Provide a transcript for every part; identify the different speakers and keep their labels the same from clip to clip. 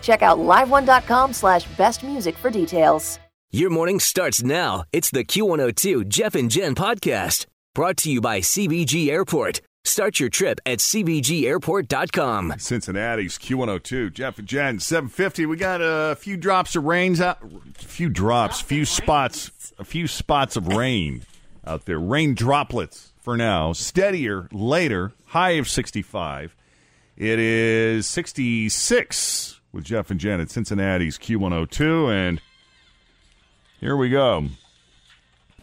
Speaker 1: Check out liveone.com slash best music for details.
Speaker 2: Your morning starts now. It's the Q102 Jeff and Jen podcast brought to you by CBG Airport. Start your trip at CBGAirport.com.
Speaker 3: Cincinnati's Q102. Jeff and Jen, 750. We got a few drops of rains out. A few drops, few spots, a few spots of rain out there. Rain droplets for now. Steadier later. High of 65. It is 66 with Jeff and Jen at Cincinnati's Q102. And here we go.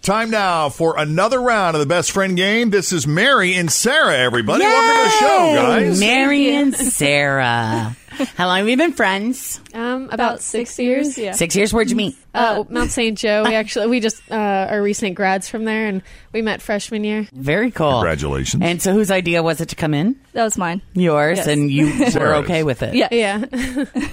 Speaker 3: Time now for another round of the best friend game. This is Mary and Sarah, everybody. Welcome to the show, guys.
Speaker 4: Mary and Sarah. How long have you been friends?
Speaker 5: Um, about, six, years. Yeah.
Speaker 4: Six years. Where'd you meet?
Speaker 5: Uh, Mount St. Joe. We actually we just uh, are recent grads from there, and we met freshman year.
Speaker 4: Very cool.
Speaker 3: Congratulations.
Speaker 4: Oh. And so, whose idea was it to come in?
Speaker 6: That was mine.
Speaker 4: Yours,
Speaker 6: Yes.
Speaker 4: and you were
Speaker 3: Sarah's.
Speaker 4: okay with it.
Speaker 6: Yeah.
Speaker 5: Yeah.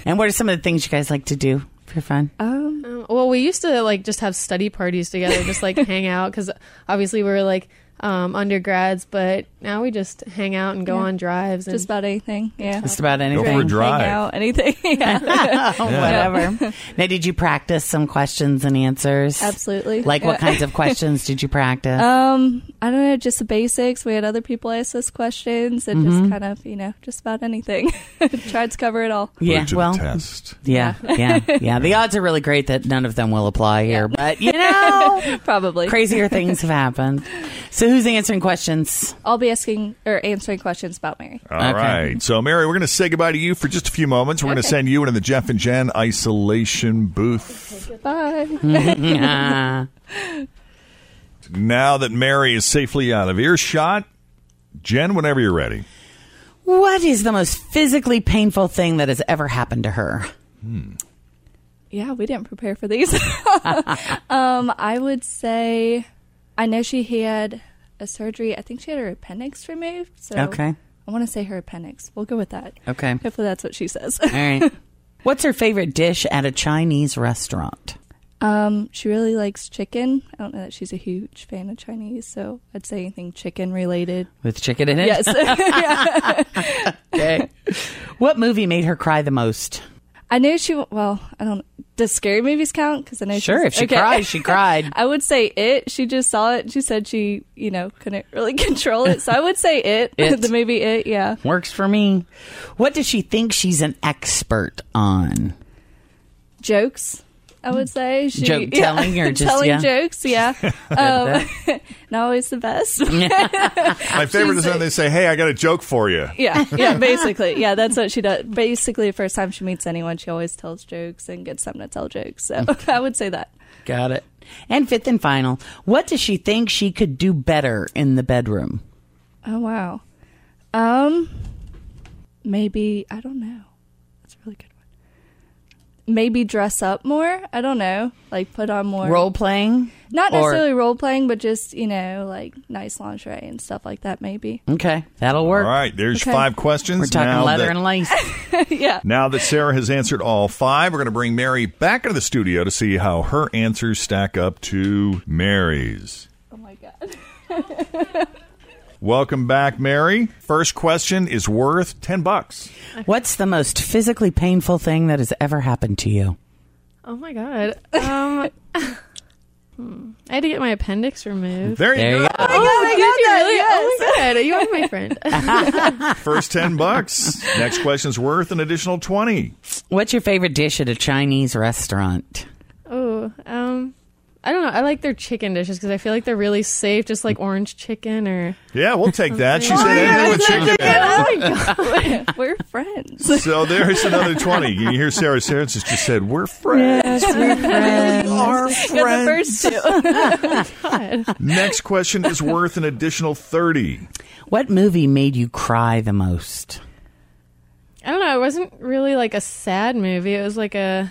Speaker 4: And what are some of the things you guys like to do for fun?
Speaker 6: Um,
Speaker 5: Um, well, we used to like just have study parties together, just like hang out, because obviously we were like um, undergrads, but now we just hang out and go on drives. And
Speaker 6: just about anything. Yeah.
Speaker 4: Just about
Speaker 3: Go
Speaker 4: anything.
Speaker 3: for a drive.
Speaker 6: Hang out, anything. yeah.
Speaker 4: Oh, Whatever. now, did you practice some questions and answers?
Speaker 6: Absolutely.
Speaker 4: Like, what
Speaker 6: Yeah.
Speaker 4: kinds of questions did you practice?
Speaker 6: Um, I don't know, just the basics. We had other people ask us questions and
Speaker 4: Mm-hmm.
Speaker 6: just kind of, you know, just about anything. Tried to cover it all.
Speaker 3: Put it
Speaker 4: yeah.
Speaker 3: to the
Speaker 4: Well.
Speaker 3: test.
Speaker 4: Yeah, yeah, yeah. The odds are really great that none of them will apply here, but you know,
Speaker 6: Probably.
Speaker 4: crazier things have happened. So, who's answering questions?
Speaker 6: I'll be asking or answering questions about Mary.
Speaker 3: All right,
Speaker 4: Okay.
Speaker 3: So, Mary, we're going to say goodbye to you for just a few moments. We're going to send you into the Jeff and Jen isolation booth.
Speaker 6: Bye.
Speaker 4: Yeah.
Speaker 3: Now that Mary is safely out of earshot, Jen, whenever you're ready.
Speaker 4: What is the most physically painful thing that has ever happened to her?
Speaker 6: Yeah, we didn't prepare for these. um, I would say I know she had a surgery. I think she had her appendix removed. So
Speaker 4: Okay.
Speaker 6: I want to say her appendix. We'll go with that.
Speaker 4: Okay. All
Speaker 6: Hopefully that's what she says.
Speaker 4: right. What's her favorite dish at a Chinese restaurant?
Speaker 6: Um, she really likes chicken. I don't know that she's a huge fan of Chinese, so I'd say anything chicken related.
Speaker 4: With chicken in it?
Speaker 6: Yes. Yeah.
Speaker 4: Okay. what movie made her cry the most?
Speaker 6: I know she. Well, I don't. Does scary movies count? Because I know.
Speaker 4: Sure,
Speaker 6: she's-
Speaker 4: if she
Speaker 6: okay.
Speaker 4: cried, she cried.
Speaker 6: I would say it. She just saw it. She said she, you know, couldn't really control it. So I would say it.
Speaker 4: It.
Speaker 6: the movie it. Yeah.
Speaker 4: Works for me. What does she think she's an expert on?
Speaker 6: Jokes. I would say she,
Speaker 4: Joke
Speaker 6: yeah.
Speaker 4: telling or just-
Speaker 6: telling
Speaker 4: yeah.
Speaker 6: jokes. Yeah. um, not always the best.
Speaker 3: My favorite is when they say, "Hey, I got a joke for you."
Speaker 6: Yeah, yeah, basically. Yeah, that's what she does. Basically, the first time she meets anyone, she always tells jokes and gets them to tell jokes. So I would say that.
Speaker 4: Got it. And fifth and final, what does she think she could do better in the bedroom?
Speaker 6: Oh, wow. Um, maybe, I don't know. That's a really good one. Maybe dress up more. I don't know. Like put on more.
Speaker 4: Role playing?
Speaker 6: Not
Speaker 4: or-
Speaker 6: necessarily role playing, but just, you know, like nice lingerie and stuff like that, maybe.
Speaker 4: Okay. That'll
Speaker 3: All
Speaker 4: work.
Speaker 3: right, there's
Speaker 6: Okay.
Speaker 3: five questions.
Speaker 4: We're talking
Speaker 3: now
Speaker 4: leather
Speaker 3: that,
Speaker 4: and lace.
Speaker 6: yeah.
Speaker 3: now that Sarah has answered all five, we're going to bring Mary back into the studio to see how her answers stack up to Mary's.
Speaker 6: Oh, my God.
Speaker 3: Welcome back, Mary. First question is worth ten bucks.
Speaker 4: What's the most physically painful thing that has ever happened to you?
Speaker 5: oh my god. Um, I had to get my appendix removed.
Speaker 3: There you
Speaker 4: There you
Speaker 3: go.
Speaker 4: go.
Speaker 5: Did you really? Oh my god, you are my friend.
Speaker 3: First 10 bucks. Next question's worth an additional 20.
Speaker 4: What's your favorite dish at a Chinese restaurant?
Speaker 5: oh, um, I don't know. I like their chicken dishes because I feel like they're really safe, just like orange chicken or.
Speaker 3: Yeah, we'll take that. She said anything with chicken.
Speaker 6: Oh, We're friends.
Speaker 3: So there's another 20. You hear Sarah Sarah just said, We're friends. we are friends. Next question is worth an additional 30.
Speaker 4: What movie made you cry the most?
Speaker 5: I don't know. It wasn't really like a sad movie. It was like a.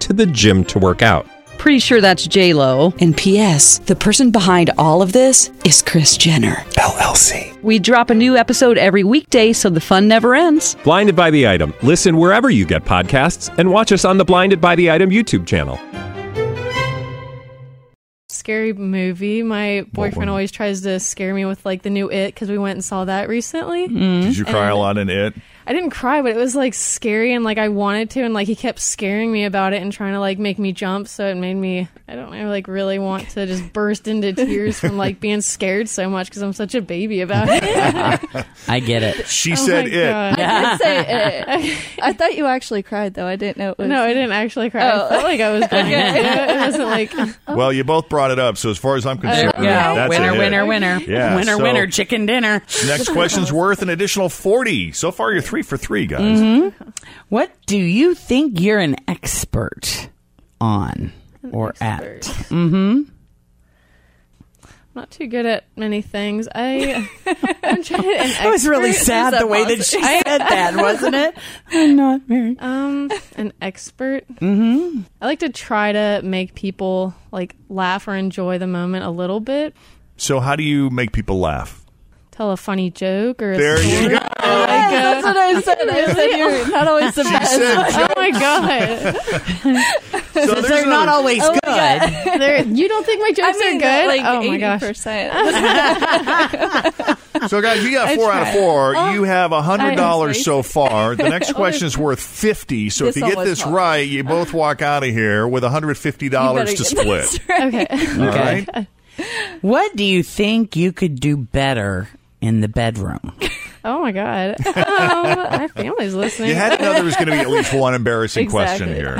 Speaker 7: to the gym to work out.
Speaker 8: Pretty sure that's J Lo.
Speaker 9: And P.S. The person behind all of this is Chris Jenner.
Speaker 7: LLC.
Speaker 8: We drop a new episode every weekday, so the fun never ends.
Speaker 7: Blinded by the item. Listen wherever you get podcasts, and watch us on the Blinded by the Item YouTube channel.
Speaker 5: scary movie. My boyfriend always tries to scare me with like the new It because we went and saw that recently.
Speaker 3: Did you cry a lot in it?
Speaker 5: I didn't cry, but it was like scary and like I wanted to, and like he kept scaring me about it and trying to like make me jump. So it made me I don't know like really want to just burst into tears from like being scared so much because I'm such a baby about it. Oh
Speaker 4: I get it.
Speaker 3: She said
Speaker 5: my
Speaker 3: it.
Speaker 5: God.
Speaker 6: I'd say it. I thought you actually cried though. I didn't know it was.
Speaker 5: No, I didn't actually cry. I felt like I was going to. It wasn't like
Speaker 3: Well, you both brought it up, so as far as I'm concerned, that's a
Speaker 4: Oh. winner,
Speaker 3: hit.
Speaker 4: winner, winner.
Speaker 3: Yeah,
Speaker 4: winner,
Speaker 3: so-
Speaker 4: winner, chicken dinner.
Speaker 3: Next question's worth an additional 40. So far, you're three for three, guys.
Speaker 4: Mm-hmm. What do you think you're an expert on or at?
Speaker 5: I'm not too good at many things. I I'm trying to. an
Speaker 4: It was really
Speaker 5: expert-
Speaker 4: sad the way that she said that, wasn't it? I'm not very.
Speaker 5: Um, an expert. Mm-hmm. I like to try to make people like laugh or enjoy the moment a little bit.
Speaker 3: So, how do you make people laugh?
Speaker 5: Tell a funny joke or a
Speaker 3: There
Speaker 5: story.
Speaker 3: you go.
Speaker 6: That's what I said. I said you're not always the best.
Speaker 5: Oh my god!
Speaker 3: So there's
Speaker 4: They're not
Speaker 3: another-
Speaker 4: always good.
Speaker 5: They're- you don't think my jokes are good?
Speaker 6: Like
Speaker 5: oh my gosh!
Speaker 6: percent.
Speaker 3: So, guys, you got four out of four.
Speaker 4: Oh.
Speaker 3: you have a hundred dollars
Speaker 6: Honestly.
Speaker 3: so far. The next question is worth fifty. So,
Speaker 6: This
Speaker 3: if you get
Speaker 6: one was
Speaker 3: this
Speaker 6: tough.
Speaker 3: right, you both walk out of here with hundred fifty dollars to split.
Speaker 5: Okay,
Speaker 3: All right.
Speaker 4: What do you think you could do better in the bedroom?
Speaker 5: oh my god! Um, my family's listening.
Speaker 3: You had to know there was going to be at least one embarrassing question here,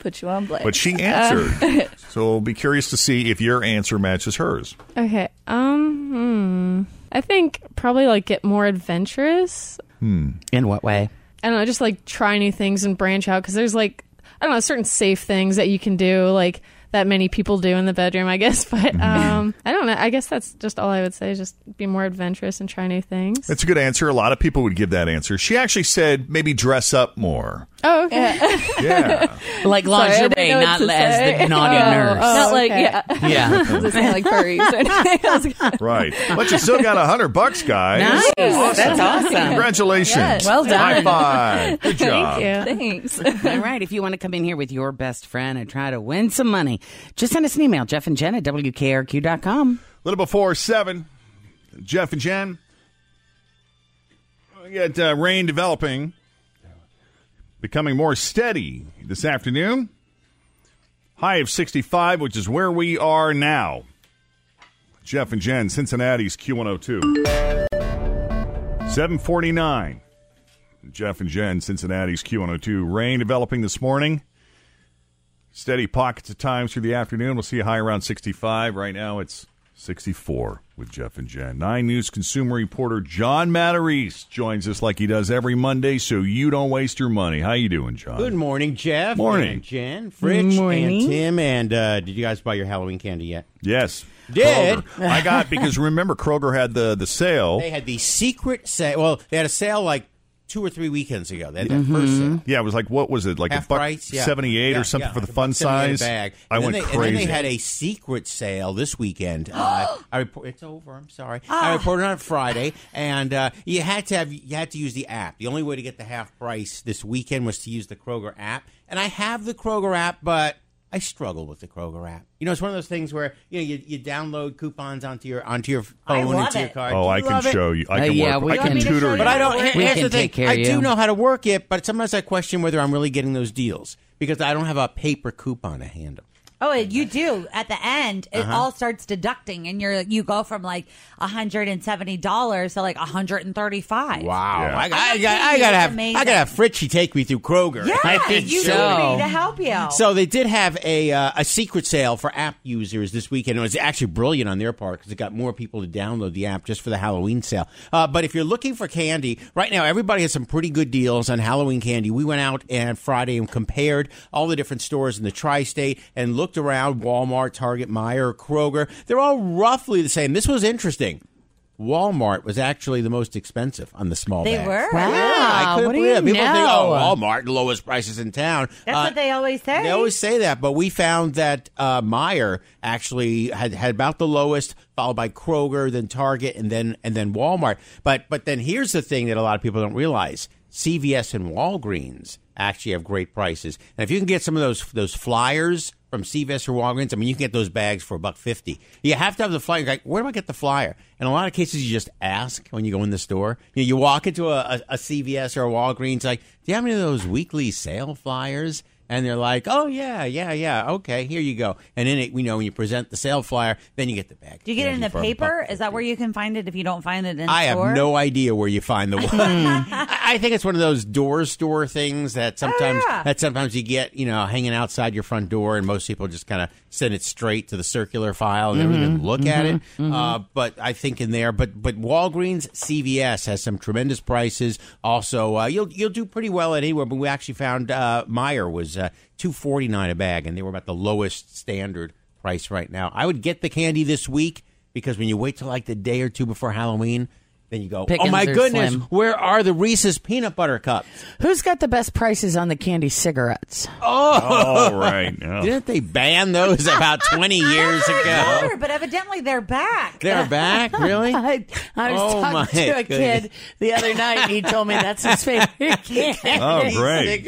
Speaker 6: Put you on blast.
Speaker 3: but she answered. so, we'll be curious to see if your answer matches hers.
Speaker 5: okay. Um, hmm. I think probably like get more adventurous.
Speaker 4: In what way?
Speaker 5: I don't know, just like try new things and branch out because there's like I don't know certain safe things that you can do like that many people do in the bedroom, I guess. But um, I don't know. I guess that's just all I would say is just be more adventurous and try new things.
Speaker 3: That's a good answer. A lot of people would give that answer. She actually said maybe dress up more.
Speaker 5: oh, okay.
Speaker 3: Yeah.
Speaker 4: Like
Speaker 6: I
Speaker 4: lingerie,
Speaker 6: didn't know what
Speaker 4: not
Speaker 6: to
Speaker 4: as the
Speaker 6: say.
Speaker 4: naughty nurse.
Speaker 6: not like
Speaker 5: okay.
Speaker 6: yeah,
Speaker 4: oh. Yeah.
Speaker 6: doesn't sound like furries. or anything. I was like,
Speaker 3: Right. But you still got a hundred bucks, guys.
Speaker 4: Nice. That's awesome.
Speaker 3: Congratulations.
Speaker 6: Yes.
Speaker 4: Well
Speaker 3: High
Speaker 4: done.
Speaker 3: five. Good job.
Speaker 5: Thank you.
Speaker 6: Thanks.
Speaker 4: All right. If you want to come in here with your best friend and try to win some money, just send us an email, Jeff and Jen at WKRQ.com.
Speaker 3: Little before seven. Jeff and Jen. We got uh, rain developing, becoming more steady this afternoon. High of 65, which is where we are now. Jeff and Jen, Cincinnati's Q102. 749. Jeff and Jen, Cincinnati's Q102. Rain developing this morning. Steady pockets of times through the afternoon. We'll see a high around 65. Right now it's 64 with Jeff and Jen. Nine News consumer reporter John Matarese joins us like he does every Monday so you don't waste your money. How you doing, John?
Speaker 7: Good morning, Jeff.
Speaker 3: Morning.
Speaker 7: and Jen, Fritch,
Speaker 4: Morning.
Speaker 7: and Tim. And uh, did you guys buy your Halloween candy yet?
Speaker 3: Yes.
Speaker 7: Did.
Speaker 3: Kroger. I got because remember Kroger had the the sale.
Speaker 7: They had the secret sale. Well, they had a sale like
Speaker 10: two or three weekends ago. They had that
Speaker 3: Mhm.
Speaker 10: first sale.
Speaker 3: Yeah, it was like what was it like
Speaker 10: Half
Speaker 3: a buck
Speaker 10: price, yeah.
Speaker 3: seventy eight
Speaker 10: Yeah,
Speaker 3: or something
Speaker 10: yeah,
Speaker 3: for the
Speaker 10: like a
Speaker 3: fun
Speaker 10: buck 78 a
Speaker 3: size?
Speaker 10: Bag.
Speaker 3: I
Speaker 10: And
Speaker 3: went
Speaker 10: then they,
Speaker 3: crazy.
Speaker 10: And then they had a secret sale this weekend. Uh, I report, it's over. I'm sorry. I reported on it Friday, and uh, you had to have you had to use the app. The only way to get the half price this weekend was to use the Kroger app, and I have the Kroger app, but I struggle with the Kroger app. You know, it's one of those things where you know you, you download coupons onto your onto your
Speaker 3: I
Speaker 10: phone
Speaker 3: love
Speaker 10: into your
Speaker 3: it.
Speaker 10: card.
Speaker 3: Oh,
Speaker 10: Do you
Speaker 3: I can
Speaker 10: love it?
Speaker 3: show you. I Uh, can yeah, work- we I can can tutor show you. you.
Speaker 10: but I don't. here-
Speaker 3: We
Speaker 10: here's
Speaker 3: can
Speaker 10: the thing.
Speaker 3: take care
Speaker 10: I
Speaker 3: of
Speaker 10: do
Speaker 3: you.
Speaker 10: know how to work it, but sometimes I question whether I'm really getting those deals because I don't have a paper coupon to hand them.
Speaker 11: Oh, and you do. At the end, it
Speaker 10: Uh-huh.
Speaker 11: all starts deducting, and you're you go from like hundred and seventy dollars to like hundred and thirty five.
Speaker 10: Wow,
Speaker 11: Yeah.
Speaker 10: I, got- I,
Speaker 11: I'm kidding
Speaker 10: got, I
Speaker 11: you,
Speaker 10: gotta
Speaker 11: it's
Speaker 10: have
Speaker 11: amazing.
Speaker 10: I gotta have Fritchie take me through Kroger.
Speaker 11: Yeah,
Speaker 10: I think
Speaker 11: you need
Speaker 10: so.
Speaker 11: me to help you.
Speaker 10: So they did have a uh, a secret sale for app users this weekend. It was actually brilliant on their part because it got more people to download the app just for the Halloween sale. Uh, but if you're looking for candy right now, everybody has some pretty good deals on Halloween candy. We went out and Friday and compared all the different stores in the tri-state and looked around Walmart, Target, Meyer, Kroger. They're all roughly the same. This was interesting. Walmart was actually the most expensive on the small
Speaker 11: They
Speaker 10: bags.
Speaker 11: were?
Speaker 10: Yeah, I
Speaker 11: Wow,
Speaker 10: couldn't
Speaker 11: what do
Speaker 10: believe it.
Speaker 11: you
Speaker 10: People think,
Speaker 11: know?
Speaker 10: oh, Walmart, lowest prices in town.
Speaker 11: That's
Speaker 10: Uh,
Speaker 11: what they always say.
Speaker 10: they always say that, but we found that uh, Meyer actually had, had about the lowest, followed by Kroger, then Target, and then and then Walmart. But but then here's the thing that a lot of people don't realize: CVS and Walgreens actually have great prices, and if you can get some of those those flyers from CVS or Walgreens, I mean, you can get those bags for a buck fifty. You have to have the flyer. You're like, where do I get the flyer? In a lot of cases, you just ask when you go in the store. You, you walk into a, a, a CVS or a Walgreens, like, do you have any of those weekly sale flyers? And they're like, oh, yeah, yeah, yeah, okay, here you go. And then, it, you know, when you present the sale flyer, then you get the bag.
Speaker 11: Do you get it in the
Speaker 10: For a buck
Speaker 11: paper? Is that where you can find it if you don't find it in
Speaker 10: I
Speaker 11: store?
Speaker 10: have no idea where you find the one. I I think it's one of those door store things that sometimes
Speaker 11: Oh, yeah.
Speaker 10: that sometimes you get, you know, hanging outside your front door, and most people just kind of send it straight to the circular file and they don't even
Speaker 12: Mhm,
Speaker 10: look at it.
Speaker 12: mhm,
Speaker 10: Uh, but I think in there, but but Walgreens, CVS has some tremendous prices. Also, uh, you'll you'll do pretty well at anywhere. But we actually found uh, Meyer was uh, two forty nine a bag, and they were about the lowest standard price right now. I would get the candy this week because when you wait till like the day or two before Halloween, then you go, oh
Speaker 4: Pickings
Speaker 10: my
Speaker 4: are
Speaker 10: goodness,
Speaker 4: slim."
Speaker 10: where are the Reese's peanut butter cups?
Speaker 4: Who's got the best prices on the candy cigarettes?
Speaker 10: Oh,
Speaker 3: All right, yeah.
Speaker 10: Didn't they ban those about twenty years ago?
Speaker 11: Sure, but evidently they're back.
Speaker 10: They're back, really?
Speaker 4: I, I was
Speaker 10: Oh, my
Speaker 4: talking to a kid
Speaker 10: goodness.
Speaker 4: the other night, and he told me that's his favorite candy.
Speaker 13: Oh,
Speaker 10: great.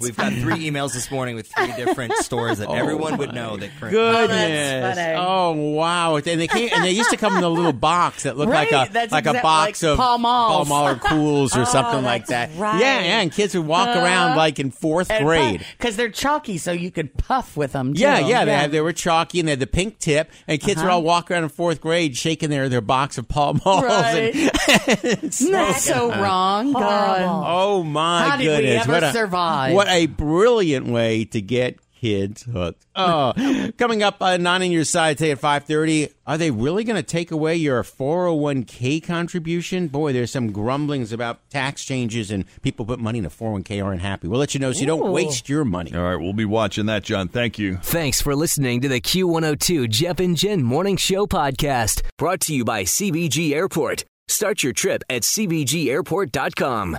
Speaker 13: We've got three emails this morning with three different stores that
Speaker 10: Oh,
Speaker 13: everyone would know that currently.
Speaker 10: Goodness! Oh, wow! And they came, and they used to come in a little box that looked like
Speaker 4: Right,
Speaker 10: a
Speaker 4: that's
Speaker 10: like a
Speaker 4: exact-
Speaker 10: box
Speaker 4: like
Speaker 10: of
Speaker 4: Pall Malls. Oh,
Speaker 10: Pall Mall or Cools or something like that.
Speaker 4: right. Uh-huh.
Speaker 10: Yeah, yeah. And kids would walk around like in fourth grade.
Speaker 4: because they're chalky, so you could puff with them.
Speaker 10: Yeah,
Speaker 4: too.
Speaker 10: yeah, they had, they were chalky and they had the pink tip, and kids were
Speaker 4: Uh-huh.
Speaker 10: all walking around in fourth grade shaking their, their box of Pall Malls.
Speaker 4: Right.
Speaker 10: And,
Speaker 4: That's so wrong. God.
Speaker 10: oh my
Speaker 4: How did we
Speaker 10: goodness!
Speaker 4: ever
Speaker 10: what a,
Speaker 4: survive?
Speaker 10: What a brilliant way to get kids hooked. Oh, coming up uh, nine on your side today at five thirty. Are they really going to take away your four hundred one k contribution? Boy, there's some grumblings about tax changes and people put money in a four hundred one k aren't happy. We'll let you know so you don't
Speaker 13: Ooh.
Speaker 10: waste your money.
Speaker 3: All right, we'll be watching that, John. Thank you.
Speaker 2: Thanks for listening to the Q102 Jeff and Jen Morning Show podcast brought to you by CBG Airport. Start your trip at CBGAirport.com.